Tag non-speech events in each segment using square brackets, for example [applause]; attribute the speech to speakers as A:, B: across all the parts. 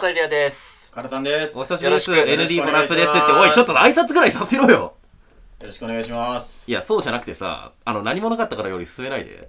A: 田入也です。
B: カラさんです。
C: お
B: よ
C: 久しぶりです。
A: よろしく
C: ND もラップですって。
B: よ
C: おい、
B: ろし
C: ち
B: く
C: ょ
B: お願いします
C: っと挨拶くらいさせろよ。
B: ろしくお願いします。
C: いや、そうじゃなくてさ、あの、何もなかったからより進めないで。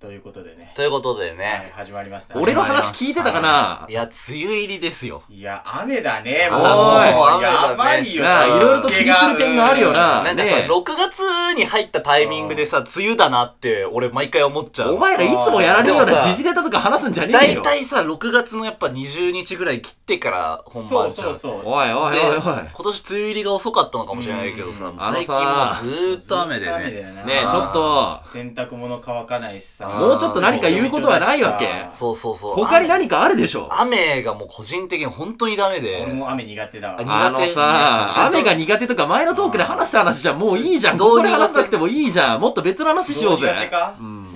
B: ということでね、
A: ということで
B: はい、
A: ね。
B: 始まりました。
C: 俺の
B: 始まりま
C: 話聞いてたかない
A: や、梅雨入りですよ。
B: いや、雨だね、もう。
C: おー
A: 雨だね
B: やばいよ。
C: なあ、
A: うん
C: いろいろと気にする点があるよな。
A: なんかさ、
C: ねえ
A: 6月に入ったタイミングでさ、梅雨だなって、俺毎回思っちゃうの。
C: お前らいつもやられるよう
A: でも
C: な
A: さ
C: 時事ネタとか話すんじゃねえ
A: 大
C: よ。
A: 体さ、6月のやっぱ20日ぐらい切ってから本
B: そ
A: 番
B: う
A: じゃ
B: そ
A: ん。
B: うそう。
C: おいおいお
A: で、
C: いおい。
A: 今年梅雨入りが遅かったのかもしれないけど
B: う
A: さ
B: ん、
C: あのさ
A: 最近もずーっと雨で
B: ずっと雨
A: ね。
B: だよな
C: ねえ、ちょっと、
B: 洗濯物乾かないしさ。
A: もうちょっと何か
C: 言うことはないわけ
B: そう
A: そうそうそう。
C: 他に何かあるでしょ。
A: 雨がもう個人的に本当にダメ
B: 俺
A: で、
B: も雨苦手だ
A: あ
B: わ。
C: あのさ、
A: 苦手
C: 雨が苦手とか前のトークで話した話じゃもういいじゃん。
A: ど
C: ど
A: う
C: う
A: 苦
C: に
A: 手
C: 話さなくてもいいじゃん。もっと別の話しよう
B: ど苦手
C: ぜ。
B: か
A: うん。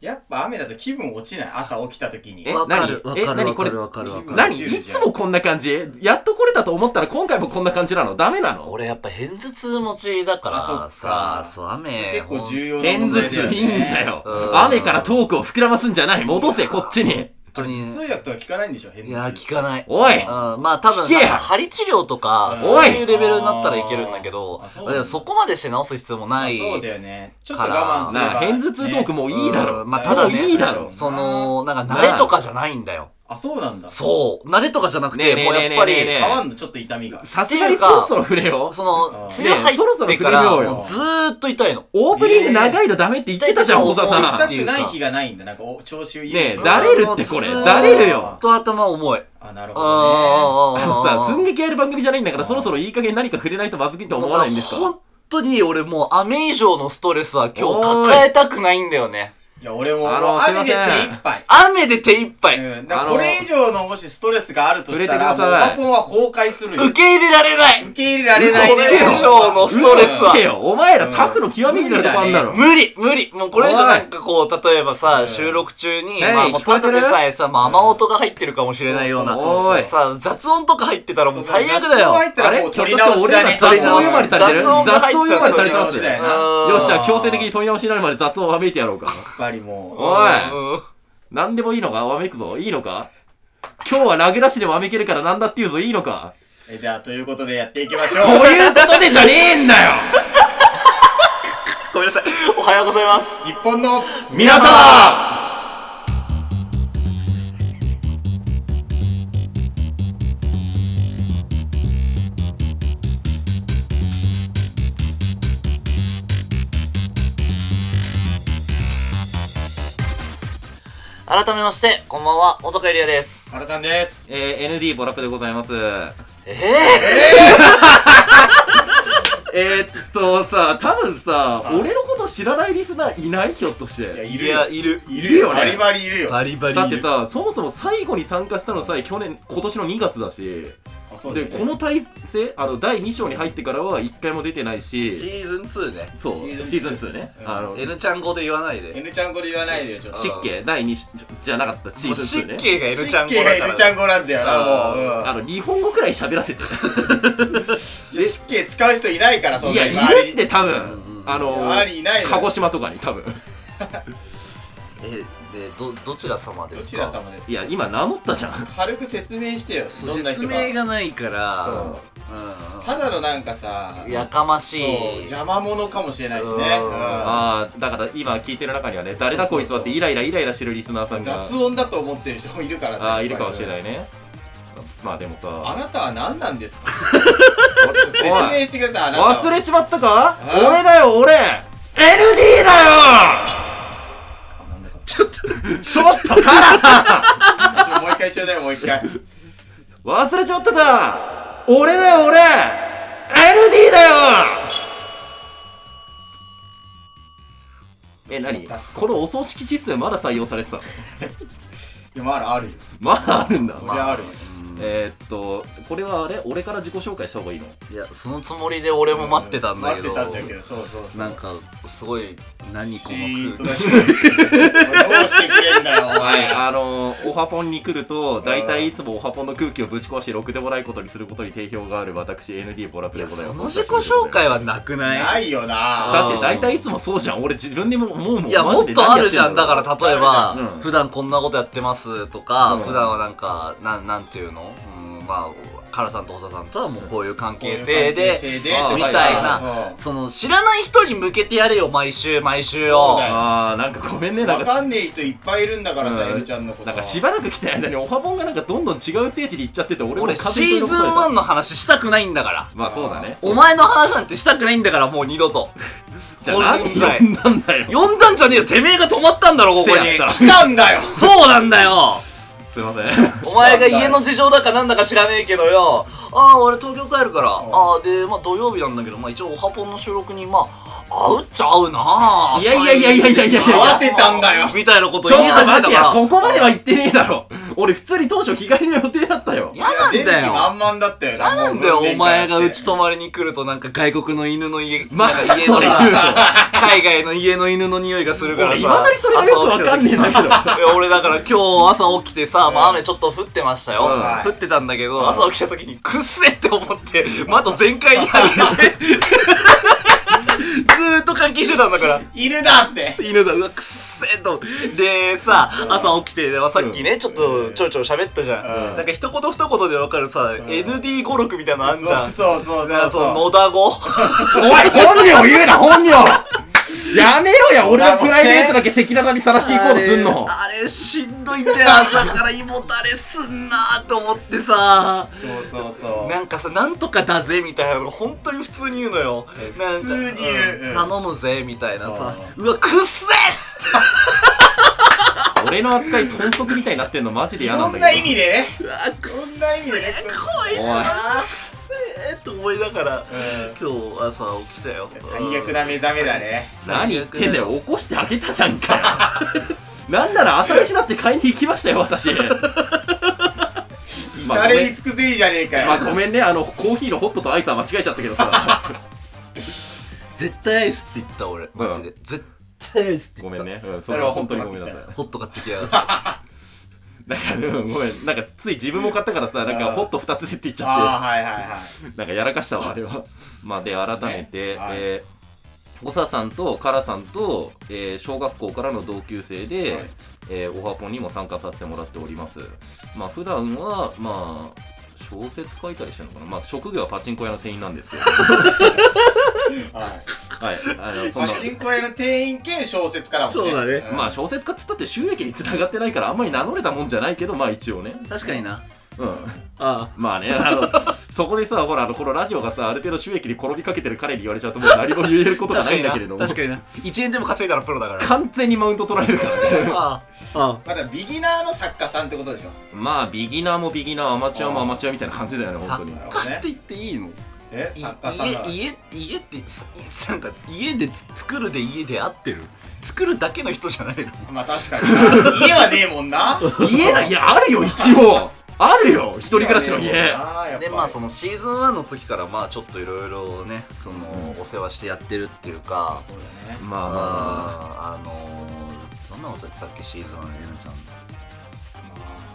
B: やっぱ雨だと気分落ちない。朝起きた時に。
C: え
A: わかる、わ
C: 何
A: かる、
C: え
A: わ
C: 何
A: か
C: これ
A: る、わかる、わかる。
B: 何
C: 何いつもこんな感じやっと来れたと思ったら今回もこんな感じなのダメなの
A: 俺やっぱ偏頭痛持ちだから
B: あそっ
A: さ
B: か
A: そう雨
B: 結構重要な
C: 偏
B: 問
C: 頭
B: 題だ
C: 痛
B: よね。
C: いいんだよ
A: う。ん
C: 雨からトークを膨らますんじゃない。戻せ、こっちに。
A: 本当に
B: 普通薬とは効かないんでしょ、偏
A: いや
B: 頭
A: 効
B: 痛。
A: かない
C: お
A: う
C: い
A: ん、まあ多分
C: 聞け
A: なん
C: や
A: か針治療とか
B: うん
A: そういうレベルになったらいけるんだけど
B: あーあそう
A: まあで
B: なんだ
A: もそこまでして治す必要もな
B: あ
A: い
B: そうだよね。ちょっと我慢すれば。
C: なあ、偏頭痛トーク
B: ね
C: もういいだろ。
A: うんまあ
C: もう
A: ただね
C: いいだろ。
A: そのなんか慣れとかじゃないんだよ
B: あ、そうなんだ。
A: そう慣れとかじゃなくて
C: ねえ
A: もうやっぱり
C: ねえねえねえねえ
B: 変わんの、ちょっと痛みが。
C: さすがにそろそろ触れよう。
A: その
B: うん
A: 梅雨入ってから
C: ねえそろそろ触れようよ
A: もうずーっと痛いの
C: オープニング長いのダメって言ってたじゃん、
A: えー
C: 小沢
A: 痛
C: さ
B: 痛
C: ん。
A: い
B: くない日がないんだ。なんか、お、調子をいい。
C: ねえ、
B: うん
C: だれるってこれ。だれるよ。
A: と頭重い
B: あ、なるほどね。
A: あ
C: あのさ、寸劇やる番組じゃないんだから、そろそろいい加減何か触れないとまずいと思わないんですか
A: 本当に俺もう雨以上のストレスは今日抱えたくないんだよね。
B: いや、俺も、
C: あの
B: もう
C: すいま
B: 雨
C: せ
B: で
C: ん
B: 手一杯。
A: 雨で手一杯、
B: うん、だか
C: あ
B: ら
C: の
B: これ以上のもしストレスがあるとしたら、もう
C: 触れ
B: ワ
C: てください
B: ポンは崩壊するよ。
A: 受け入れられない
B: 受け入れられないね
A: 受け入れようのストレスは
C: うるせえよ。お前らタフの極みみたいなとこあんだろ。
A: 無理無理もうこれ以上なんかこう、例えばさ、収録中に、
C: ねえ
A: まあもう
C: 聞こ
A: た
C: えて
A: だ
C: る
A: でさえさ、まあ雨音が入ってるかもしれないような、
C: そうそうそう
A: さ、雑音とか入ってたらもう
B: そう
A: 最悪だよ。
B: 雑音入ってた
C: あ
B: ら
C: れ
B: もう
C: ひょっ
B: 取
C: と
B: り
C: し
B: 直
C: て
B: し
C: 俺
B: だね。
C: ら雑音呼ばれされてる
A: 雑音が入ってたら
C: 雑音呼ばれされてます
B: 取り直しだよ
C: よ。
B: な
A: うん
C: よし、じゃあ強制的に問い直しになるまで雑音をわめいてやろうか。
B: やっぱりも
C: おい
A: うん
C: なんでもいいのかわめくぞ。いいのか今日はラグなしでわめけるからなんだって言うぞ。いいのか
B: う。え、じゃあ、ということでやっていきましょ
C: と
B: う。
C: いうことでじゃねえんだよ
A: ごめんなさい。 [laughs] おはようございます。
B: 日本の、
C: 皆様
A: 改めまして、こんばんは、小坂ゆりやです。
B: 原さんです。
C: えー、ND ボラップでございます。
A: ええ
C: えー、っとさ、多分さ、
B: はい
C: 俺のこと知らないリスナーいないひょっとして。
B: いや、い
A: ー、
B: るよ。
A: いる。
B: い
C: いるよね
B: バリバリいるよ。
A: バリバリいる。
C: だってさ、そもそも最後に参加したのさえ去年、今年の2月だし、
B: あ、そうだ
C: で、
B: よね。
C: この体制、あの、第2章に入ってからは1回も出てない
A: シ
C: し、
A: ーズン2ね。
C: そう、
B: シ
C: シ
B: ー
C: ー
B: ズ
C: ズ
B: ン
C: ン
B: 2
C: 2ね。
B: うん
C: あの、
A: N ちゃん語で言わないで。
B: N ちゃんこれ言わないでよ、ちょっと。
C: 湿気第2章じゃなかった、
A: も
C: チーム
A: う湿
C: 2ね。
A: 気が N ちゃん語
B: 湿気が
A: だから。
B: N ちゃんこなんだよな、
A: あ
B: もううん
C: あ。の、日本語くらい喋らせて。
B: いや湿気使う人いないから、そん
C: い
B: な
C: や、
B: に
C: いるって多
A: うんうん
C: 分、あの、
B: 周りにいないのよ
C: 鹿児島とかに多分。
A: えでどどちら様で
B: ど
A: す
B: ち
A: から
B: 様ですか
C: いや、今名乗ったじゃん。
B: 軽く説明してよどんな
A: 説
B: 人か
A: 明がないから
B: そう
A: う
B: ただのなんかさ
A: んやかまし
B: そう
A: い
B: 邪魔者かもしれないしね
A: うん
B: うん
C: ああ、だから今聞いてる中にはね、誰だこいつはってイライライライラしてるリスナーさんが、
B: 雑音だと思ってる人もいるからさ
C: ああ、いるかもしれないいね。まあでも
B: あ
C: さ、
B: なたは何なんですか
C: [laughs] お
B: 説
C: い
B: 明してくださいあなたは
C: 忘れちまったか
B: え
C: 俺だよ俺 ND だ
B: あなんだか
A: ちょっと
C: よ [laughs] ちょっとカラさ
B: ちょもう一回ちょうだいもう一
C: [laughs]
B: 回
C: ん忘れちまったか俺だよ俺 ND だよえ、何このお葬式システムまだ採用されてたの
B: でもあるあるよ
C: まだあるんだ
B: そりゃあるよ
C: えー、っと、これはあれ俺から自己紹介した方がいいの
A: いやそのつもりで俺も待ってたんだけど
B: 待ってたんだけどそうそうそう
A: なんかすごい何こ
B: シーン
A: の
B: と
A: 空
B: 出してくれるどうしてくれんだよお
C: はい、
B: 前
C: あのー、オハポンに来ると、大体いつもオハポンの空気をぶち壊して、ろくでもないことにすることに定評がある私、ND ボラップ
A: 気い
C: で
A: や
C: ござい
A: その
C: ます。
A: 自己紹介はなくない
B: ないよな
C: だって大体いつもそうじゃん。俺自分でも思うもん。
A: いや、
C: マ
A: も
C: ジ
A: っ
C: で
A: と
C: 何
A: あ
C: や
A: る
C: て
A: じゃん。だから、例えば
C: うん、
A: 普段こんなことやってますとか、
C: うん
A: 普段はなんか、なん、なんていうの、うんまあカラさんと補佐さんとはもうこういう関係性で
B: み
C: あー
A: みたいな
B: な
A: その知らない人に向けてやれよ毎週毎週を
B: そうだよ
C: あーなんかごめんねなん
B: わ
C: か
B: かんねえ人いっぱいいるんだからさ、
C: う
B: エ
C: ん
B: ルちゃんのこと
C: なんかしばらく来た間にオハボンがなんかどんどん違うステージに行っちゃってて俺も
A: 俺
C: 風に
A: シーズン
C: 取ら
A: 1
C: れた
A: の話したくないんだから
C: まあそうだね
A: お前の話なんてしたくないんだからもう二度と
C: じゃあなんで
A: 本来
C: 呼んだんだよ
A: 呼んだんじゃねえよてめえが止まったんだろここ
C: せ
A: に
C: やった
B: 来たんだよ
A: そうなんだよ
C: すい [laughs] ません
A: お前が家の事情だかなんだか知らねえけどよああ俺東京帰るからああでまあ土曜日なんだけどまあ一応オハポンの収録にまあ会うっちゃ合うない
C: やいやいやいやいやいや
B: 合わせたんだよ
A: みたいなこと
C: ちょっ
A: 言い
C: と
A: 始め
C: 待ったて
A: か
C: や
A: ら
C: そこまでは言ってねえだろ俺普通に当初日帰りの予定だったよ
A: 嫌なん
B: 出る
A: だ
B: 気
A: よ
B: 満々だったよな
A: なんだよ、お前がうち
B: と
A: 泊まりに来るとなんか外国の犬の家、
C: まあ
A: なんか家の
C: それ
A: さ、海外の家の犬の匂いがするからさ。
C: 俺いまだにそれがよくわかんねえんだけど
A: 朝起きた時さいや俺だから今日朝起きてさ、まあ
B: うん
A: 雨ちょっと降ってましたよ。
C: う
A: 降
C: ん
A: ってたんだけ
C: う
A: ど、
C: ん
A: 朝起きた時にくっせえって思って、窓全開に上げて、 [laughs] ずーっと換気してたんだから。
B: いるだって
A: 犬だ、うわ、くっせえと。で、さ、朝起きて、でさっきね、ちょっとちょいちょい喋ったじゃん。
B: うん
A: なんか一言二言でわかるさ、ND56 みたいなのあんじゃん。
B: そうそうそう
A: だか
B: そう
A: らその
B: そう
A: 野田語
C: お前本名言うな本名やめろや
B: 俺のプライベートだ
C: け赤裸々にさらして
A: あれあれしんどいんだよ朝から胃もたれすんなと思ってさ
B: そうそうそう
A: なんかさなんとかだぜみたいなの本当に普通に言うのよ
B: え
A: なんか
B: 普通に言ううん
A: 頼むぜみたいなさ
B: そう
A: わくっせ
C: 俺の扱い豚足みたいになってんのマジで嫌
B: そ
C: なん
B: ん
C: だ
B: な
C: け
B: 意
C: ど
B: 味でね
A: えうわくっ
B: そんな意味でね
A: こいつ
C: おい
A: はくっせえと思いながら
B: うん
A: 今日朝起きたよ
B: 最悪な目覚めだね
C: 何言ってんだよ起こしてあげたじゃんかよ [laughs] なんなら新しなって買いに行きました
B: [laughs]
C: よ私まあごめ
B: 誰に
C: ん
B: 尽くせりじゃねえか
C: まあ
B: よ
C: ごめんねあのコーヒーのホットとアイスは間違えちゃったけど
B: [laughs]
C: さ
A: 絶対アイスって言った俺マジで絶対アイスって
C: ご
A: 言っ
C: め
A: た
C: んね、うん、それは本当にごめんなさい
A: ホット買ってきやがって
C: なんか、うん、ごめんなんかつい自分も買ったからさなんかホット2つでって言っちゃって
B: ああはいはいは
C: なんかやらかしたわ、あれは。まあ、で、改め
B: ね
C: て、
B: はい
C: えー、補佐さんとカラさんと、えー小学校からの同級生で、
B: はい
C: えーオハポンにも参加させてもらっております。まあ、普段は、まあ、小説書いたりしてるのかなまあ、職業はパチンコ屋の店員なんですよ。
B: いはい
C: はい。あの、そん
B: パ
C: な。
B: チンコ屋の店員兼小説家だもんね
A: そうだね
B: ん
C: まあ小説家っつったって収益につながってないからあんまり名乗れたもんじゃないけどまあ一応ね
A: 確かにな
C: うん
A: あ
C: まあねあの [laughs] そこでさほらあのこのラジオがさある程度収益に転びかけてる彼に言われちゃうともう何も言えることがないんだけれども
A: 確かにな1円でも稼いだらプロだから
C: 完全にマウント取られるからね [laughs]
A: ああ
B: まだビギナーの作家さんってことでしょ
C: まあビギナーもビギナーアマチュアもアマチュアみたいな感じだよね本当に
B: なるほど
A: 買っ
B: ね
A: て言っていいの
B: え
A: い
B: 作家さんだから
A: 家家家ってす [laughs] なんか家でつ作るで家で合ってる作るだけの人じゃないの
B: まあ確かにな家はねえもんな
C: 家だいやあるよ一応あるよ一人暮らしの家
A: でまあそ
B: の
A: のシーズン1の時からまあちょっといろいろねそのお世話してやってるっていうか
B: そうだね
C: まあまあ
A: あーあのーどんなことやってたっけシーズン1のゆなちゃん
B: まあ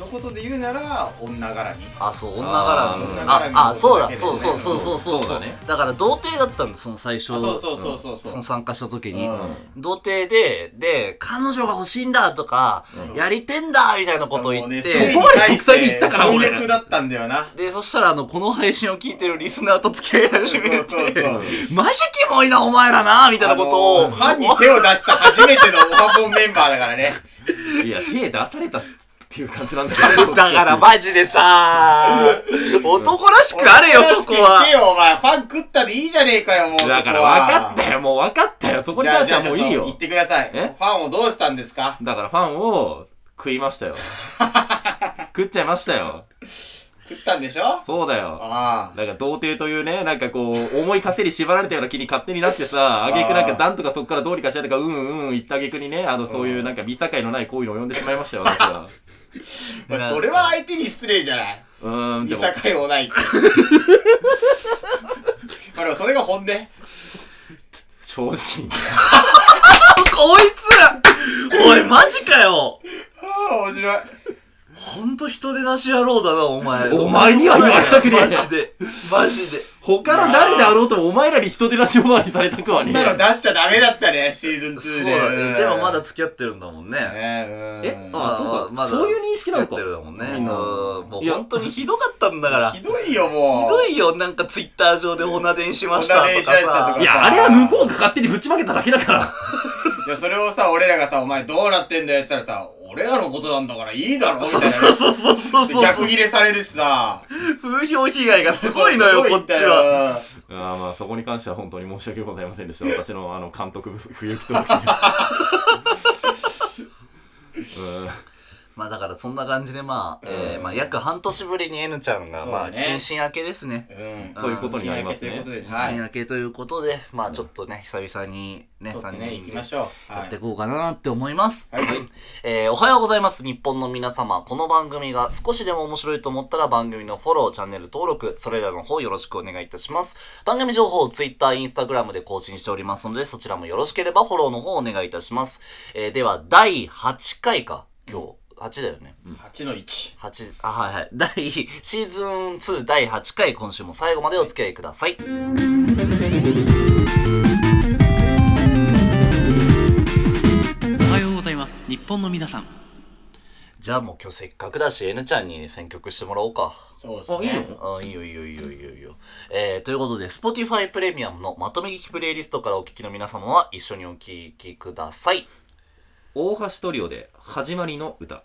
B: 一言で言うなら女絡み
A: あそう女絡み
C: あー
A: あ
B: 女絡み
A: あ
B: の
A: そう
B: こと
A: だ
B: だけでね
A: そうそうそうそうそう
C: そう
A: そう
C: だね
A: だから童貞だったんだその最初
B: あそうそうそうそうそう
A: その参加した時に、
B: うん
A: 童貞でで彼女が欲しいんだとか、
B: うん
A: やりてんだみたいなことを言
B: も
A: っ
B: う
A: て、
B: ね
C: そこまで直接言ったから俺
B: 貪欲だったんだよ
C: [laughs]
B: な
A: でそしたらあのこの配信を聞いてるリスナーと付き合い始めて
B: そうそうそう
A: マジキモいなお前らなみたいなことを、
B: あのファンに手を出した初めてのオハポンメンバーだからね
C: うんいや手出されたっていう感じ [laughs] なんだけど
A: だからマジでさ男らしくあれよそこは
B: 俺らしく行けよお前ファン食ったでいいじゃねえかよもう
C: だから分かったよもう分かったよそこに
B: じゃあじ
C: 関して
B: ゃあ
C: は
B: ち
C: も
B: ょっ
C: う
B: と
C: いい
B: 言っ
C: よ
B: てくださいフ
C: え
B: ァンをどうしたんですか
C: だからファンを食いま [laughs] したよ食っちゃいましたよ
B: 食ったんでしょあ
C: そうだよ
B: あ
C: なんか童貞というね、なんかこう、思い糧に縛られたような気に勝手になってさ、あげくなんか段とかそこからどうにかしたいとか、うんうんうん言ったあげくにね、あの、そういうなんか見境のない行為を及んでしまいましたよ、私は。
B: まあそれは相手に失礼じゃないう
C: ーん、で
B: 見境
C: も、
B: もないってまあでもそれが本音
C: 正直に。
A: こいつおいマジかよ
B: ああ面白い
A: ほんと人でなし野郎だなお前
C: お前には言われたくねえ
A: マジでマジで
C: 他の誰であろうともお前らに人手なし回りされたくは
B: こ
C: ね
B: ん
C: え
B: なの出しちゃダメだったね、シーズン
A: そう
B: 2で。
A: だね。でもまだ
B: ね
A: 付き合ってるんだもんね。
C: え
B: え
C: あそうかそういう認識なのか
A: 付き合ってるだもんね。
C: う
A: うんんもう本当にひどかったんだから。
B: ひ
A: ひ
B: どいよ、もう。
A: どいよ、なんかツイッター上でオナデンしました
B: オナデン
A: と
B: し
A: か
B: ましたとか
A: さ。
C: いやあれは向こうが勝手にぶちまけただけだから
B: いや、それをさ、俺らがさ、お前どうなってんだよって言ったらさ、俺らのことなんだからいいだろみた
A: そ
B: いうな。
A: そうそうそうそう
B: で
A: そう。
B: 逆切れされるしさ。
A: 風評被害がすごいのよ、こっちは。
B: は。
C: あーまあそこに関しては本当に申し訳ございませんでした私のあの監督不不行き届きでうん
A: まあだからそんな感じでまあ、え
B: う
A: ー
B: ん
A: まあ約半年ぶりに N ちゃんが、
B: そう
A: まあ
B: だね
A: 謹慎明けですね。
B: うん。
C: そういうことになりますね
B: ということで、
A: 謹
B: はい
A: 慎。明けということで、まあちょっとね、久々にね、
B: 取っ
A: 3
B: て
A: 人
B: ね、行きましょう。
A: や
B: は
A: ってい
B: い。
A: こうかなって思います。
B: はい。
A: [laughs] えーおはようございます。日本の皆様。この番組が少しでも面白いと思ったら番組のフォロー、チャンネル登録、それらの方よろしくお願いいたします。番組情報を Twitter、Instagram で更新しておりますので、そちらもよろしければフォローの方お願いいたします。えーでは、第8回か。今日、8だよね。
B: 8の1。
A: 8、あ、はいはい。 [laughs] 第、シーズン2第8回、今週も最後までお付き合いください。
D: おはようございます日本の皆さん
A: じゃあもう今日せっかくだし、N ちゃんに選曲してもらおうか。
B: そうですね。
A: あいいよいいよいいよいいよいいよ、えー、ということで Spotify プレミアムのまとめ聞きプレイリストからお聞きの皆様は一緒にお聞きください
C: 大橋トリオで始まりの歌